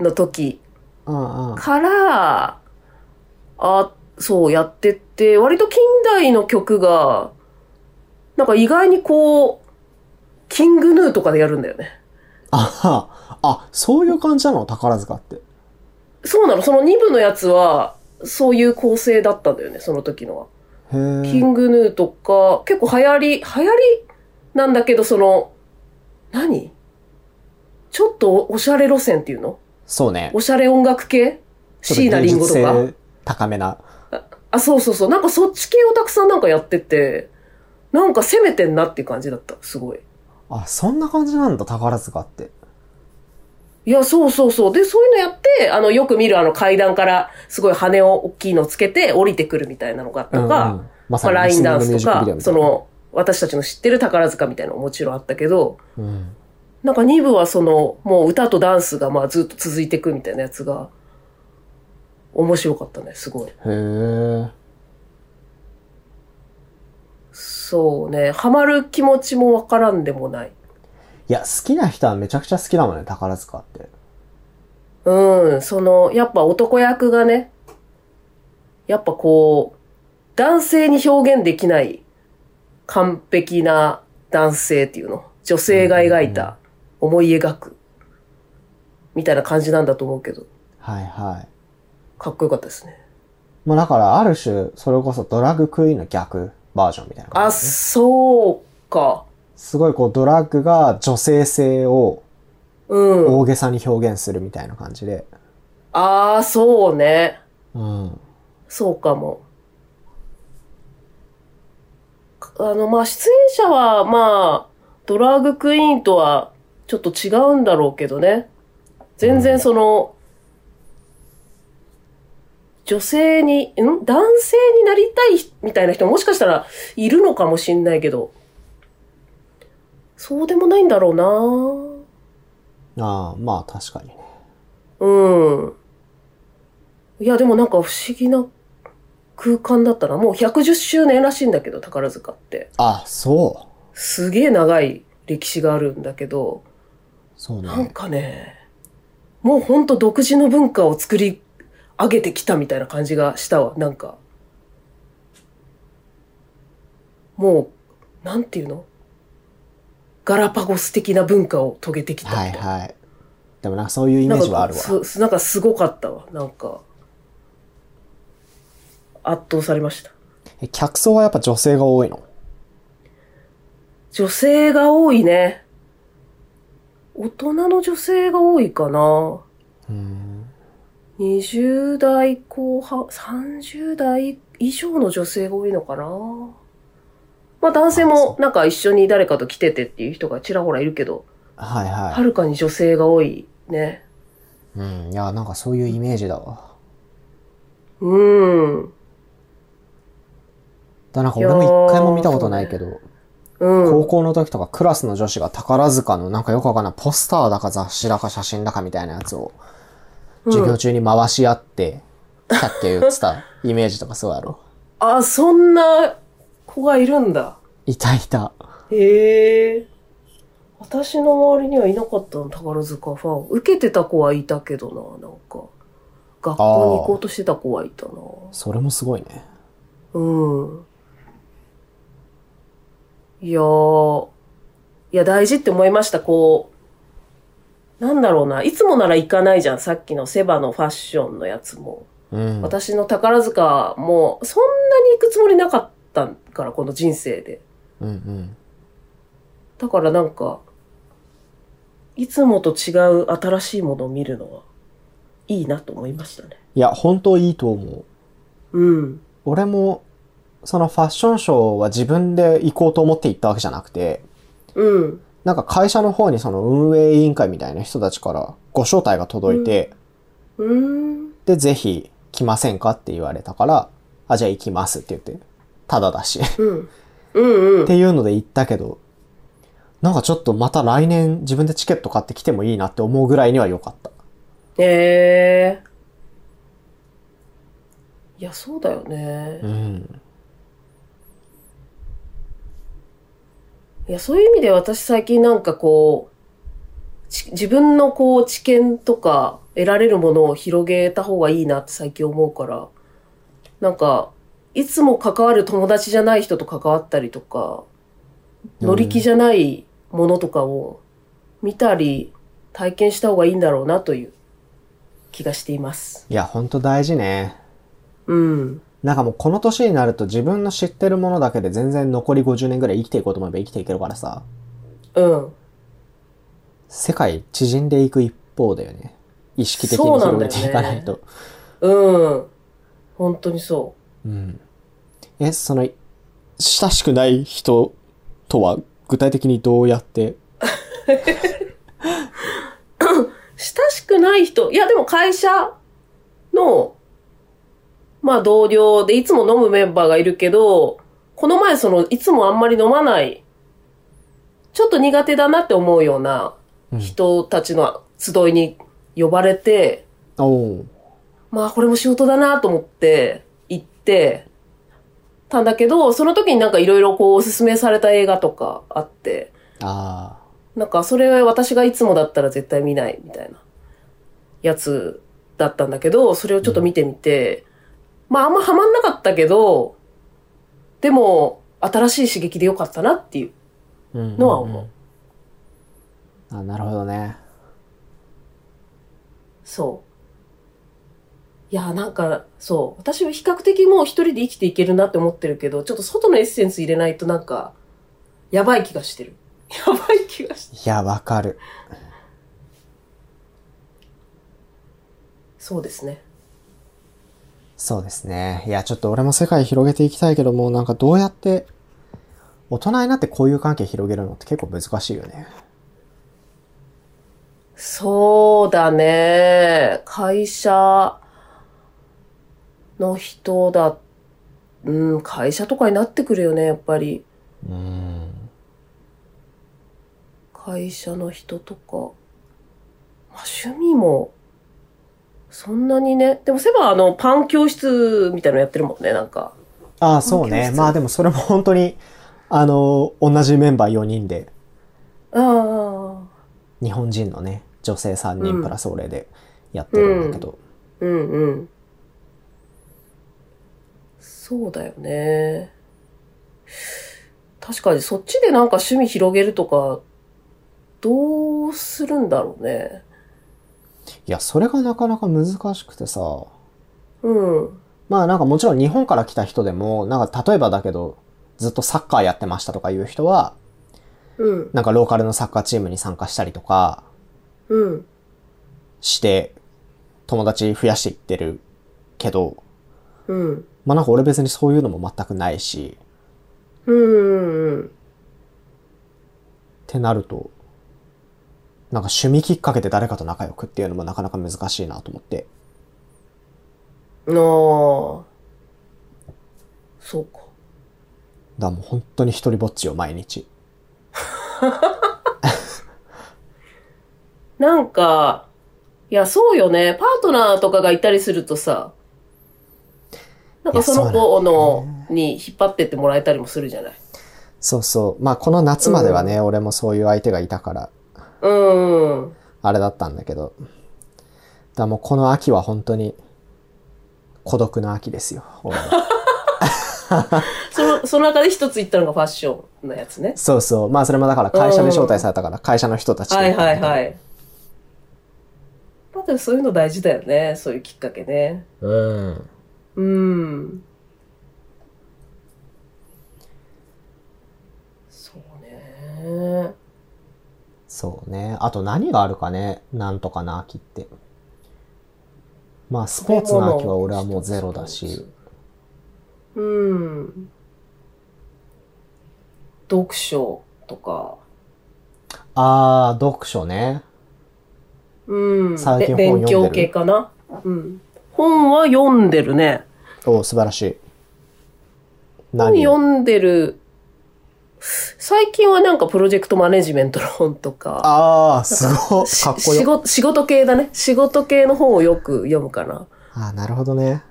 [SPEAKER 2] の時
[SPEAKER 1] うんうん。
[SPEAKER 2] から、あ、そうやってって、割と近代の曲が、なんか意外にこう、キングヌーとかでやるんだよね。
[SPEAKER 1] あ、あ、そういう感じなの宝塚って。
[SPEAKER 2] そうなの、その2部のやつは、そういう構成だったんだよね、その時のは。
[SPEAKER 1] へ
[SPEAKER 2] キ
[SPEAKER 1] え。
[SPEAKER 2] ングヌーとか、結構流行り、流行りなんだけど、その、何ちょっとおしゃれ路線っていうの
[SPEAKER 1] そうね。
[SPEAKER 2] おしゃれ音楽系椎名林檎とか。
[SPEAKER 1] か。高めな。
[SPEAKER 2] あ、そうそうそう。なんかそっち系をたくさんなんかやってて、なんか攻めてんなっていう感じだった。すごい。
[SPEAKER 1] あ、そんな感じなんだ、宝塚って。
[SPEAKER 2] いや、そうそうそう。で、そういうのやって、あの、よく見るあの階段からすごい羽を大きいのつけて降りてくるみたいなのがあったのが、
[SPEAKER 1] うんうん、ま
[SPEAKER 2] まあ、ラインダンスと
[SPEAKER 1] リスニングミュージックビデオ
[SPEAKER 2] か、
[SPEAKER 1] みた
[SPEAKER 2] そ
[SPEAKER 1] いな、
[SPEAKER 2] の、私たちの知ってる宝塚みたいなのももちろんあったけど、
[SPEAKER 1] うん、
[SPEAKER 2] なんか2部はその、もう歌とダンスがまあずっと続いていくみたいなやつが、面白かったね、すごい。
[SPEAKER 1] へえ。
[SPEAKER 2] そうね、ハマる気持ちもわからんでもない。
[SPEAKER 1] いや、好きな人はめちゃくちゃ好きだもんね、宝塚って。
[SPEAKER 2] うん、その、やっぱ男役がね、やっぱこう、男性に表現できない完璧な男性っていうの。女性が描いた、思い描く、みたいな感じなんだと思うけど、
[SPEAKER 1] はいはい。
[SPEAKER 2] かっこよかったですね。
[SPEAKER 1] まあだから、ある種、それこそドラッグクイーンの逆バージョンみたいな
[SPEAKER 2] あ、
[SPEAKER 1] 感じね、
[SPEAKER 2] そうか。
[SPEAKER 1] すごいこう、ドラッグが女性性を
[SPEAKER 2] うん。
[SPEAKER 1] 大げさに表現するみたいな感じで。
[SPEAKER 2] ああ、そうね。
[SPEAKER 1] うん。
[SPEAKER 2] そうかも。あの、まあ、出演者は、まあ、ドラァグクイーンとはちょっと違うんだろうけどね。全然その、女性に、ん男性になりたい人みたいな人もしかしたらいるのかもしんないけど、そうでもないんだろうな
[SPEAKER 1] ああ、まあ確かにね。
[SPEAKER 2] うん。いや、でもなんか不思議な空間だったな。もう110周年らしいんだけど、宝塚って。
[SPEAKER 1] あ、そう。
[SPEAKER 2] すげえ長い歴史があるんだけど、
[SPEAKER 1] そう
[SPEAKER 2] なん
[SPEAKER 1] ね。
[SPEAKER 2] かね、もうほんと独自の文化を作り上げてきたみたいな感じがしたわ。なんか。もう、なんていうのガラパゴス的な文化を遂げてきたみた
[SPEAKER 1] はいい
[SPEAKER 2] な。
[SPEAKER 1] はい。でもなんかそういうイメ
[SPEAKER 2] なん
[SPEAKER 1] ー
[SPEAKER 2] か
[SPEAKER 1] ジはあるわ。
[SPEAKER 2] すすなんかすごかったわ。なんか、圧倒されました。
[SPEAKER 1] え客層はやっぱ女性が多いの
[SPEAKER 2] 女性が多いね。大人の女性が多いかな。
[SPEAKER 1] うん。
[SPEAKER 2] 20代後半、30代以上の女性が多いのかな。まあ男性
[SPEAKER 1] あそ
[SPEAKER 2] もなんか一緒に誰かと来ててっていう人がちらほらいるけど、
[SPEAKER 1] はい
[SPEAKER 2] は
[SPEAKER 1] は
[SPEAKER 2] るかに女性が多いね。
[SPEAKER 1] い。うん。いや、なんかそういうイメージだわ。
[SPEAKER 2] うん。
[SPEAKER 1] だなんか俺も一回も見たことないけど、
[SPEAKER 2] うん。
[SPEAKER 1] 高校の時とかクラスの女子が宝塚のなんかよくわかんないポスターだか雑誌だか写真だかみたいなやつを授業中に回し合って、さっき言ってたイメージとかそう やろ。
[SPEAKER 2] あ、そんな子がいるんだ。
[SPEAKER 1] いたいた。
[SPEAKER 2] へえ。私の周りにはいなかったの、宝塚ファン。受けてた子はいたけどな、なんか。学校に行こうとしてた子はいたな。
[SPEAKER 1] それもすごいね。
[SPEAKER 2] うん。いやー。いや、大事って思いました、こう。なんだろうな。いつもなら行かないじゃん。さっきのセバのファッションのやつも。
[SPEAKER 1] うん。
[SPEAKER 2] 私の宝塚も、そんなに行くつもりなかったから、この人生で。
[SPEAKER 1] うんうん。
[SPEAKER 2] だからなんか、いつもと違う新しいものを見るのは、いいなと思いましたね。
[SPEAKER 1] いや、本当いいと思う。
[SPEAKER 2] うん。
[SPEAKER 1] 俺も、そのファッションショーは自分で行こうと思って行ったわけじゃなくて、
[SPEAKER 2] うん。
[SPEAKER 1] なんか会社の方にその運営委員会みたいな人たちからご招待が届いて、
[SPEAKER 2] うーん。
[SPEAKER 1] で、ぜひ来ませんかって言われたから、あ、じゃあ行きますって言って、ただだ し。っ
[SPEAKER 2] うん。うんうん。
[SPEAKER 1] ていうので行ったけど、なんかちょっとまた来年自分でチケット買ってきてもいいなって思うぐらいには良かった。
[SPEAKER 2] ええいや、そうだよね。
[SPEAKER 1] うん。
[SPEAKER 2] いや、そういう意味で私最近なんかこう、ち自分のこう知見とか得られるものを広げた方がいいなって最近思うから、なんか、いつも関わる友達じゃない人と関わったりとか、乗り気じゃないものとかを見たり体験した方がいいんだろうなという気がしています。
[SPEAKER 1] いや、ほんと大事ね。
[SPEAKER 2] うん。
[SPEAKER 1] なんかもうこの年になると自分の知ってるものだけで全然残り50年ぐらい生きていこうと思えば生きていけるからさ、
[SPEAKER 2] うん。
[SPEAKER 1] 世界縮んでいく一方だよね。意識的に
[SPEAKER 2] そうなん
[SPEAKER 1] 広
[SPEAKER 2] だ
[SPEAKER 1] げ
[SPEAKER 2] よね
[SPEAKER 1] ていかないと。
[SPEAKER 2] うん。本当にそ
[SPEAKER 1] うん。え、その、親しくない人とは具体的にどうやって
[SPEAKER 2] う。親しくない人、いやでも会社の、まあ同僚でいつも飲むメンバーがいるけど、この前そのいつもあんまり飲まない、ちょっと苦手だなって思うような
[SPEAKER 1] うん
[SPEAKER 2] 人たちの集いに呼ばれて、
[SPEAKER 1] おお
[SPEAKER 2] まあこれも仕事だなと思って行ってたんだけど、その時になんかいろいろこうおすすめされた映画とかあって、
[SPEAKER 1] あ
[SPEAKER 2] なんかそれは私がいつもだったら絶対見ないみたいなやつだったんだけど、それをちょっと見てみて、まああんまハマんなかったけど、でも新しい刺激でよかったなっていう。
[SPEAKER 1] あ。うん
[SPEAKER 2] のは思
[SPEAKER 1] うんあ、なるほどね。
[SPEAKER 2] そう。いや、なんか、そう。私は比較的もう一人で生きていけるなって思ってるけど、ちょっと外のエッセンス入れないとなんか、やばい気がしてる。 やばい気がして
[SPEAKER 1] いや、わかる。
[SPEAKER 2] そうですね。
[SPEAKER 1] そうですね。いや、ちょっと俺も世界広げていきたいけども、なんかどうやって、大人になってこういう関係広げるのって結構難しいよね。
[SPEAKER 2] そうだね。会社の人だ。うん、会社とかになってくるよね、やっぱり。
[SPEAKER 1] うん。
[SPEAKER 2] 会社の人とか。まあ、趣味も、そんなにね。でも、セバあの、パン教室みたいなのやってるもんね、なんか。
[SPEAKER 1] ああ、そうね。まあでもそれも本当に、あの、同じメンバー4人で、
[SPEAKER 2] ああ、
[SPEAKER 1] 日本人のね、女性3人プラス俺でやってるんだけど、
[SPEAKER 2] うんうん。そうだよね。確かにそっちでなんか趣味広げるとか、どうするんだろうね。
[SPEAKER 1] いや、それがなかなか難しくてさ、
[SPEAKER 2] うん。
[SPEAKER 1] まあなんかもちろん日本から来た人でも、なんか例えばだけど、ずっとサッカーやってましたとかいう人は、
[SPEAKER 2] うん。
[SPEAKER 1] なんかローカルのサッカーチームに参加したりとか
[SPEAKER 2] うん。
[SPEAKER 1] して、友達増やしていってるけど、
[SPEAKER 2] うん。
[SPEAKER 1] まあなんか俺別にそういうのも全くないし、
[SPEAKER 2] うん。うん。
[SPEAKER 1] ってなると、なんか趣味きっかけで誰かと仲良くっていうのもなかなか難しいなと思って。
[SPEAKER 2] ああ。そうか。
[SPEAKER 1] だからもう本当に一人ぼっちよ、毎日。
[SPEAKER 2] なんか、いや、そうよね。パートナーとかがいたりするとさ、なんかそ
[SPEAKER 1] い
[SPEAKER 2] の
[SPEAKER 1] やそ
[SPEAKER 2] 子の、に引っ張ってってもらえたりもするじゃない。
[SPEAKER 1] そうそう。まあこの夏まではね、俺もそういう相手がいたから、
[SPEAKER 2] うん。
[SPEAKER 1] あれだったんだけど。だからもうこの秋は本当に、孤独な秋ですよ、俺 は
[SPEAKER 2] その、その中で一つ言ったのがファッションのやつね。
[SPEAKER 1] そうそう。まあそれもだから会社で招待された から、会社の人たちと。
[SPEAKER 2] はいはいはいい。まあでもそういうの大事だよね。そういうきっかけね。
[SPEAKER 1] うん。
[SPEAKER 2] うん。そうね。
[SPEAKER 1] そうね。あと何があるかね、なんとかな秋って。まあスポーツの秋は俺はもうゼロだし。。
[SPEAKER 2] うん。読書とか。
[SPEAKER 1] あー、読書ね。
[SPEAKER 2] うん。
[SPEAKER 1] 最近
[SPEAKER 2] べ
[SPEAKER 1] 本読んでる
[SPEAKER 2] 勉強系かな。うん。本は読んでるね。
[SPEAKER 1] おー素晴らしい。
[SPEAKER 2] 本
[SPEAKER 1] 何を
[SPEAKER 2] 読んでる、最近はなんかプロジェクトマネジメントの本とか、
[SPEAKER 1] ああ、すごい。
[SPEAKER 2] し
[SPEAKER 1] かっ こ
[SPEAKER 2] 仕
[SPEAKER 1] よ。
[SPEAKER 2] 事仕事系だね。仕事系の本をよく読むかな。
[SPEAKER 1] ああ、なるほどね。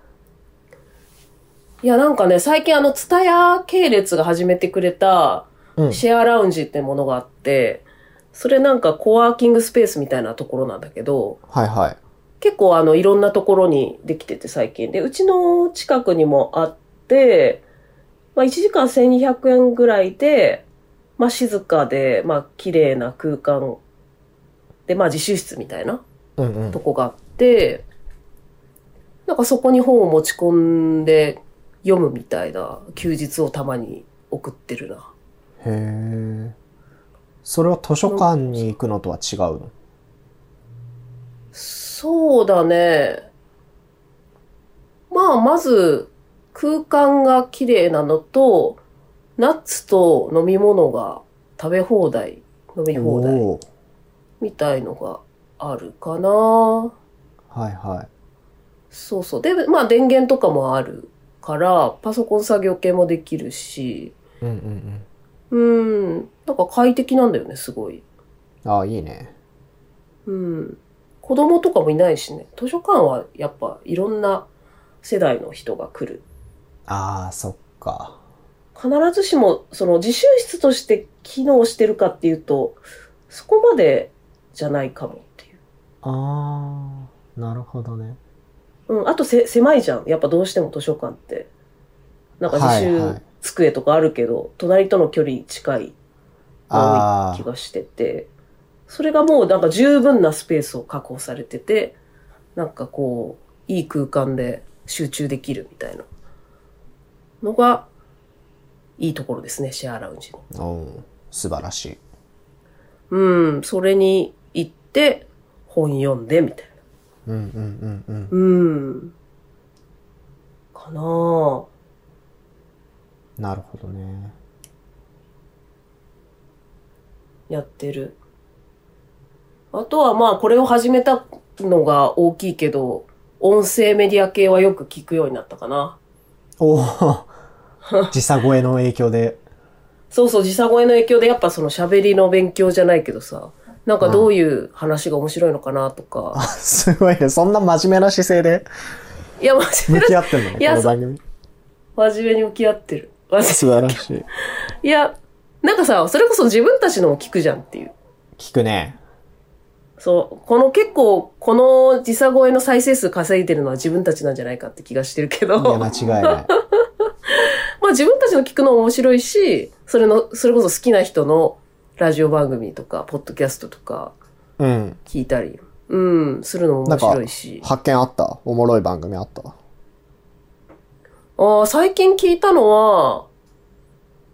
[SPEAKER 2] いや、なんかね、最近あの、ツタヤ系列が始めてくれた、
[SPEAKER 1] うん。
[SPEAKER 2] シェアラウンジってものがあって、それなんかコワーキングスペースみたいなところなんだけど、
[SPEAKER 1] はいはい。
[SPEAKER 2] 結構あのいろんなところにできてて最近。で、うちの近くにもあって、まあ1時間1200円ぐらいで、まあ静かで、まあ綺麗な空間で、まあ自習室みたいな
[SPEAKER 1] うんうん
[SPEAKER 2] と。こがあって、なんかそこに本を持ち込んで読むみたいな休日をたまに送ってるな。
[SPEAKER 1] へえ。それは図書館に行くのとは違うの
[SPEAKER 2] そうだね。まあ、まず、空間が綺麗なのと、ナッツと飲み物が食べ放題、飲み放題
[SPEAKER 1] おー
[SPEAKER 2] みたいのがあるかな。
[SPEAKER 1] はいはい。
[SPEAKER 2] そうそう。で、まあ、電源とかもあるから、パソコン作業系もできるし、
[SPEAKER 1] うんうんうん。
[SPEAKER 2] うん、なんか快適なんだよね、すごい。
[SPEAKER 1] ああ、いいね。
[SPEAKER 2] うん。子供とかもいないしね。図書館はやっぱいろんな世代の人が来る
[SPEAKER 1] ああ、そっか。
[SPEAKER 2] 必ずしもその自習室として機能してるかっていうとそこまでじゃないかもっていう。
[SPEAKER 1] ああ、なるほどね。
[SPEAKER 2] うん、あとせ狭いじゃん。やっぱどうしても図書館って。なんか自
[SPEAKER 1] はいは
[SPEAKER 2] 習
[SPEAKER 1] い
[SPEAKER 2] 机とかあるけど、隣との距離近い多
[SPEAKER 1] あ
[SPEAKER 2] い気がしてて、それがもうなんか十分なスペースを確保されてて、なんかこう、いい空間で集中できるみたいなのが、いいところですね、シェアラウンジの。
[SPEAKER 1] あ、うん。素晴らしい。
[SPEAKER 2] うん、それに行って、本読んで、みたいな。
[SPEAKER 1] うんうんうんうん。
[SPEAKER 2] うん。かなぁ。
[SPEAKER 1] なるほどね。
[SPEAKER 2] やってる。あとはまあ、これを始めたのが大きいけど、音声メディア系はよく聞くようになったかな。
[SPEAKER 1] お お、時差超えの影響で。
[SPEAKER 2] そうそう、時差超えの影響でやっぱその喋りの勉強じゃないけどさ、なんかどういう話が面白いのかなと
[SPEAKER 1] あ、
[SPEAKER 2] か。
[SPEAKER 1] すごいね。そんな真面目な姿勢で
[SPEAKER 2] いや、真
[SPEAKER 1] 向
[SPEAKER 2] 面目
[SPEAKER 1] き
[SPEAKER 2] な
[SPEAKER 1] 合ってんのね
[SPEAKER 2] いや
[SPEAKER 1] この番組。
[SPEAKER 2] 真面目に向き合ってる。真面目
[SPEAKER 1] 素晴らしい。
[SPEAKER 2] いや、なんかさ、それこそ自分たちのも聞くじゃんっていう。
[SPEAKER 1] 聞くね。
[SPEAKER 2] そう、この結構、この時差超えの再生数稼いでるのは自分たちなんじゃないかって気がしてるけど、
[SPEAKER 1] いや、間
[SPEAKER 2] ま
[SPEAKER 1] 違いない。
[SPEAKER 2] あ自分たちの聞くのも面白いし、それの、それこそ好きな人のラジオ番組とか、ポッドキャストとか
[SPEAKER 1] うん。
[SPEAKER 2] 聞いたり、うん、するのも面白いし。
[SPEAKER 1] 発見あったおもろい番組あった
[SPEAKER 2] あー最近聞いたのは、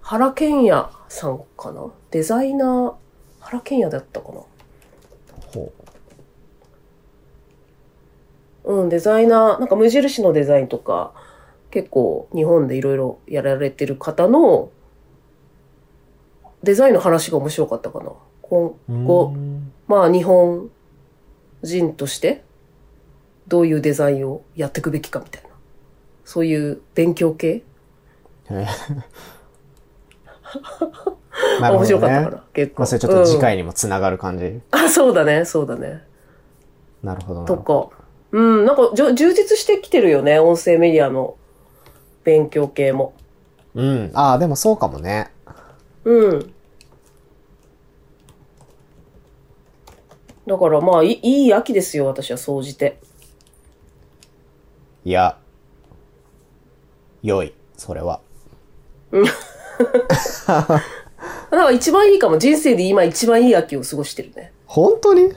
[SPEAKER 2] 原健也さんかなデザイナー、原健也だったかな
[SPEAKER 1] ほ
[SPEAKER 2] うん、デザイナー、なんか無印のデザインとか、結構日本でいろいろやられてる方の、デザインの話が面白かったかな。今
[SPEAKER 1] う。
[SPEAKER 2] 後、まあ日本人として、どういうデザインをやっていくべきかみたいな。そういう勉強系、
[SPEAKER 1] へ えなる
[SPEAKER 2] 面
[SPEAKER 1] ほど
[SPEAKER 2] 白かった
[SPEAKER 1] ね
[SPEAKER 2] か。な。結
[SPEAKER 1] ま
[SPEAKER 2] 構。
[SPEAKER 1] あ、それちょっと次
[SPEAKER 2] うん
[SPEAKER 1] 回にもつながる感じ。
[SPEAKER 2] あ、そうだね、そうだね。
[SPEAKER 1] なるほどなる
[SPEAKER 2] と
[SPEAKER 1] ほど。
[SPEAKER 2] か。うん、なんかじょ充実してきてるよね、音声メディアの勉強系も。
[SPEAKER 1] うん。ああ、でもそうかもね。
[SPEAKER 2] うん。だからまあいい、いい秋ですよ、私は、総じて。
[SPEAKER 1] いや、良い。それは。
[SPEAKER 2] だから一番いいかも、人生で今一番いい秋を過ごしてるね。
[SPEAKER 1] 本当に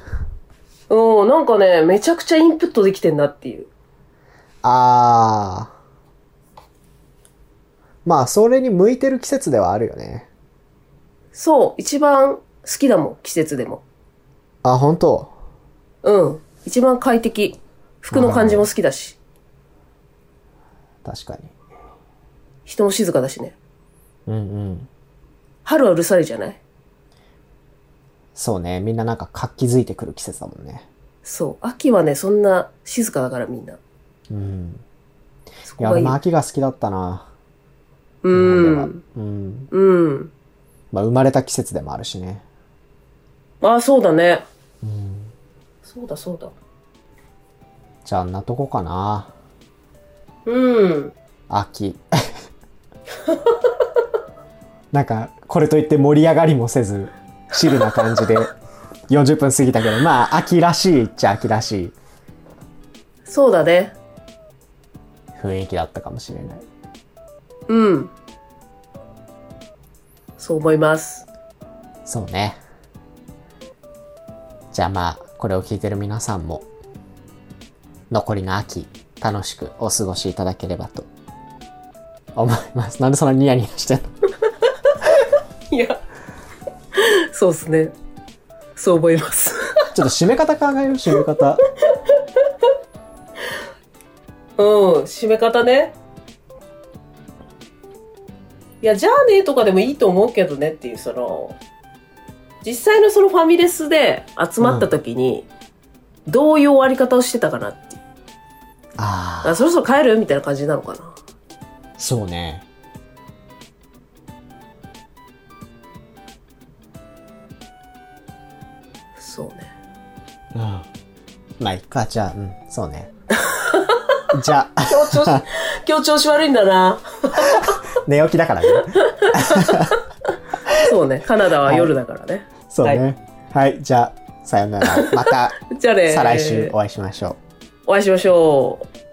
[SPEAKER 2] うん、なんかね、めちゃくちゃインプットできてんなっていう。
[SPEAKER 1] ああ。まあ、それに向いてる季節ではあるよね。
[SPEAKER 2] そう、一番好きだもん、季節でも。
[SPEAKER 1] あ、本当
[SPEAKER 2] うん、一番快適。服の感じも好きだし、
[SPEAKER 1] 確かに。
[SPEAKER 2] 人も静かだしね。
[SPEAKER 1] うんうん。
[SPEAKER 2] 春はうるさいじゃない
[SPEAKER 1] そうね。みんななんか活気づいてくる季節だもんね。
[SPEAKER 2] そう、秋はね、そんな静かだからみんな。
[SPEAKER 1] うん。
[SPEAKER 2] そ
[SPEAKER 1] い
[SPEAKER 2] こ
[SPEAKER 1] や、
[SPEAKER 2] が
[SPEAKER 1] 俺
[SPEAKER 2] いい。
[SPEAKER 1] も秋が好きだったな。
[SPEAKER 2] う
[SPEAKER 1] 日本では
[SPEAKER 2] ん。
[SPEAKER 1] うん。
[SPEAKER 2] うん。
[SPEAKER 1] まあ、生まれた季節でもあるしね。
[SPEAKER 2] ああ、そうだね。
[SPEAKER 1] うん。
[SPEAKER 2] そうだそうだ。
[SPEAKER 1] じゃあ、あんなとこかな。
[SPEAKER 2] うん。
[SPEAKER 1] 秋。なんか、これといって盛り上がりもせず、シルな感じで40分過ぎたけど、まあ、秋らしいっちゃ秋らしい
[SPEAKER 2] そうだね。
[SPEAKER 1] 雰囲気だったかもしれない。
[SPEAKER 2] うん。そう思います。
[SPEAKER 1] そうね。じゃあまあ、これを聞いてる皆さんも、残りの秋、楽しくお過ごしいただければと思います。なんでそんなニヤニヤしてんの
[SPEAKER 2] いや、 そうですね。そう思います。
[SPEAKER 1] ちょっと締め方考えよう、締め方。
[SPEAKER 2] うん、締め方ね。いや、じゃあねとかでもいいと思うけどねっていう、その、実際のそのファミレスで集まった時に、どういう終わり方をしてたかなっていう。
[SPEAKER 1] あ
[SPEAKER 2] あ、そろそろ帰るみたいな感じなのかな。
[SPEAKER 1] あ、そうね。
[SPEAKER 2] そうね。
[SPEAKER 1] うん。まあ、いっか、じゃあ、うん、そうね。 じゃあ、
[SPEAKER 2] 今日調 子、今日調子悪いんだな。
[SPEAKER 1] 寝起きだからね。
[SPEAKER 2] そうね。カナダは夜だからね。
[SPEAKER 1] そうね。はい、じ ゃあ、さようなら。また、
[SPEAKER 2] じゃあね。
[SPEAKER 1] 再来週お会いしましょう。
[SPEAKER 2] お会いしましょう。